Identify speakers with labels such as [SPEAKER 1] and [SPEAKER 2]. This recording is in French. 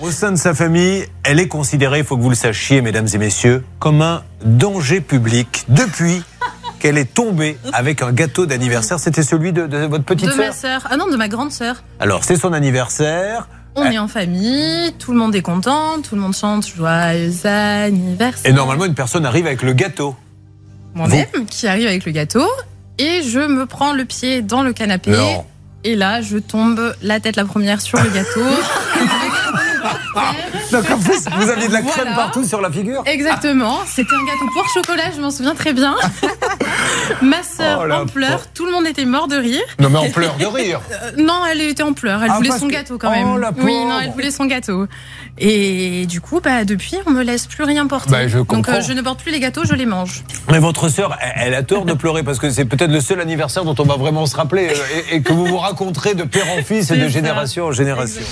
[SPEAKER 1] Au sein de sa famille, elle est considérée, il faut que vous le sachiez, mesdames et messieurs, comme un danger public depuis qu'elle est tombée avec un gâteau d'anniversaire. C'était celui de, de votre petite
[SPEAKER 2] de ma
[SPEAKER 1] sœur
[SPEAKER 2] sœur. Ah non, de ma grande sœur.
[SPEAKER 1] Alors, c'est son anniversaire.
[SPEAKER 2] On est en famille, tout le monde est content, tout le monde chante joyeux anniversaire.
[SPEAKER 1] Et normalement, une personne arrive avec le gâteau.
[SPEAKER 2] Moi-même qui arrive avec le gâteau et je me prends le pied dans le canapé.
[SPEAKER 1] Non.
[SPEAKER 2] Et là, je tombe la tête la première sur le gâteau.
[SPEAKER 1] Donc, en plus, vous aviez de la crème
[SPEAKER 2] Voilà.
[SPEAKER 1] partout sur la figure.
[SPEAKER 2] Exactement, c'était un gâteau pour chocolat, je m'en souviens très bien. Ma sœur
[SPEAKER 1] Oh, la
[SPEAKER 2] en pleurs, tout le monde était mort de rire.
[SPEAKER 1] Non, mais on pleure de rire.
[SPEAKER 2] Euh, non, elle était en pleurs, elle
[SPEAKER 1] Ah,
[SPEAKER 2] voulait
[SPEAKER 1] parce
[SPEAKER 2] son
[SPEAKER 1] que-
[SPEAKER 2] gâteau quand
[SPEAKER 1] Oh,
[SPEAKER 2] même.
[SPEAKER 1] la
[SPEAKER 2] oui, non, elle
[SPEAKER 1] pauvre.
[SPEAKER 2] voulait son gâteau. Et du coup, bah depuis, on me laisse plus rien porter.
[SPEAKER 1] Bah, je
[SPEAKER 2] Donc euh,
[SPEAKER 1] comprends.
[SPEAKER 2] je ne porte plus les gâteaux, je les mange.
[SPEAKER 1] Mais votre sœur, elle- elle a tort de pleurer parce que c'est peut-être le seul anniversaire dont on va vraiment se rappeler euh, et, et que vous vous raconterez de père en fils et
[SPEAKER 2] C'est
[SPEAKER 1] de
[SPEAKER 2] ça.
[SPEAKER 1] génération en génération.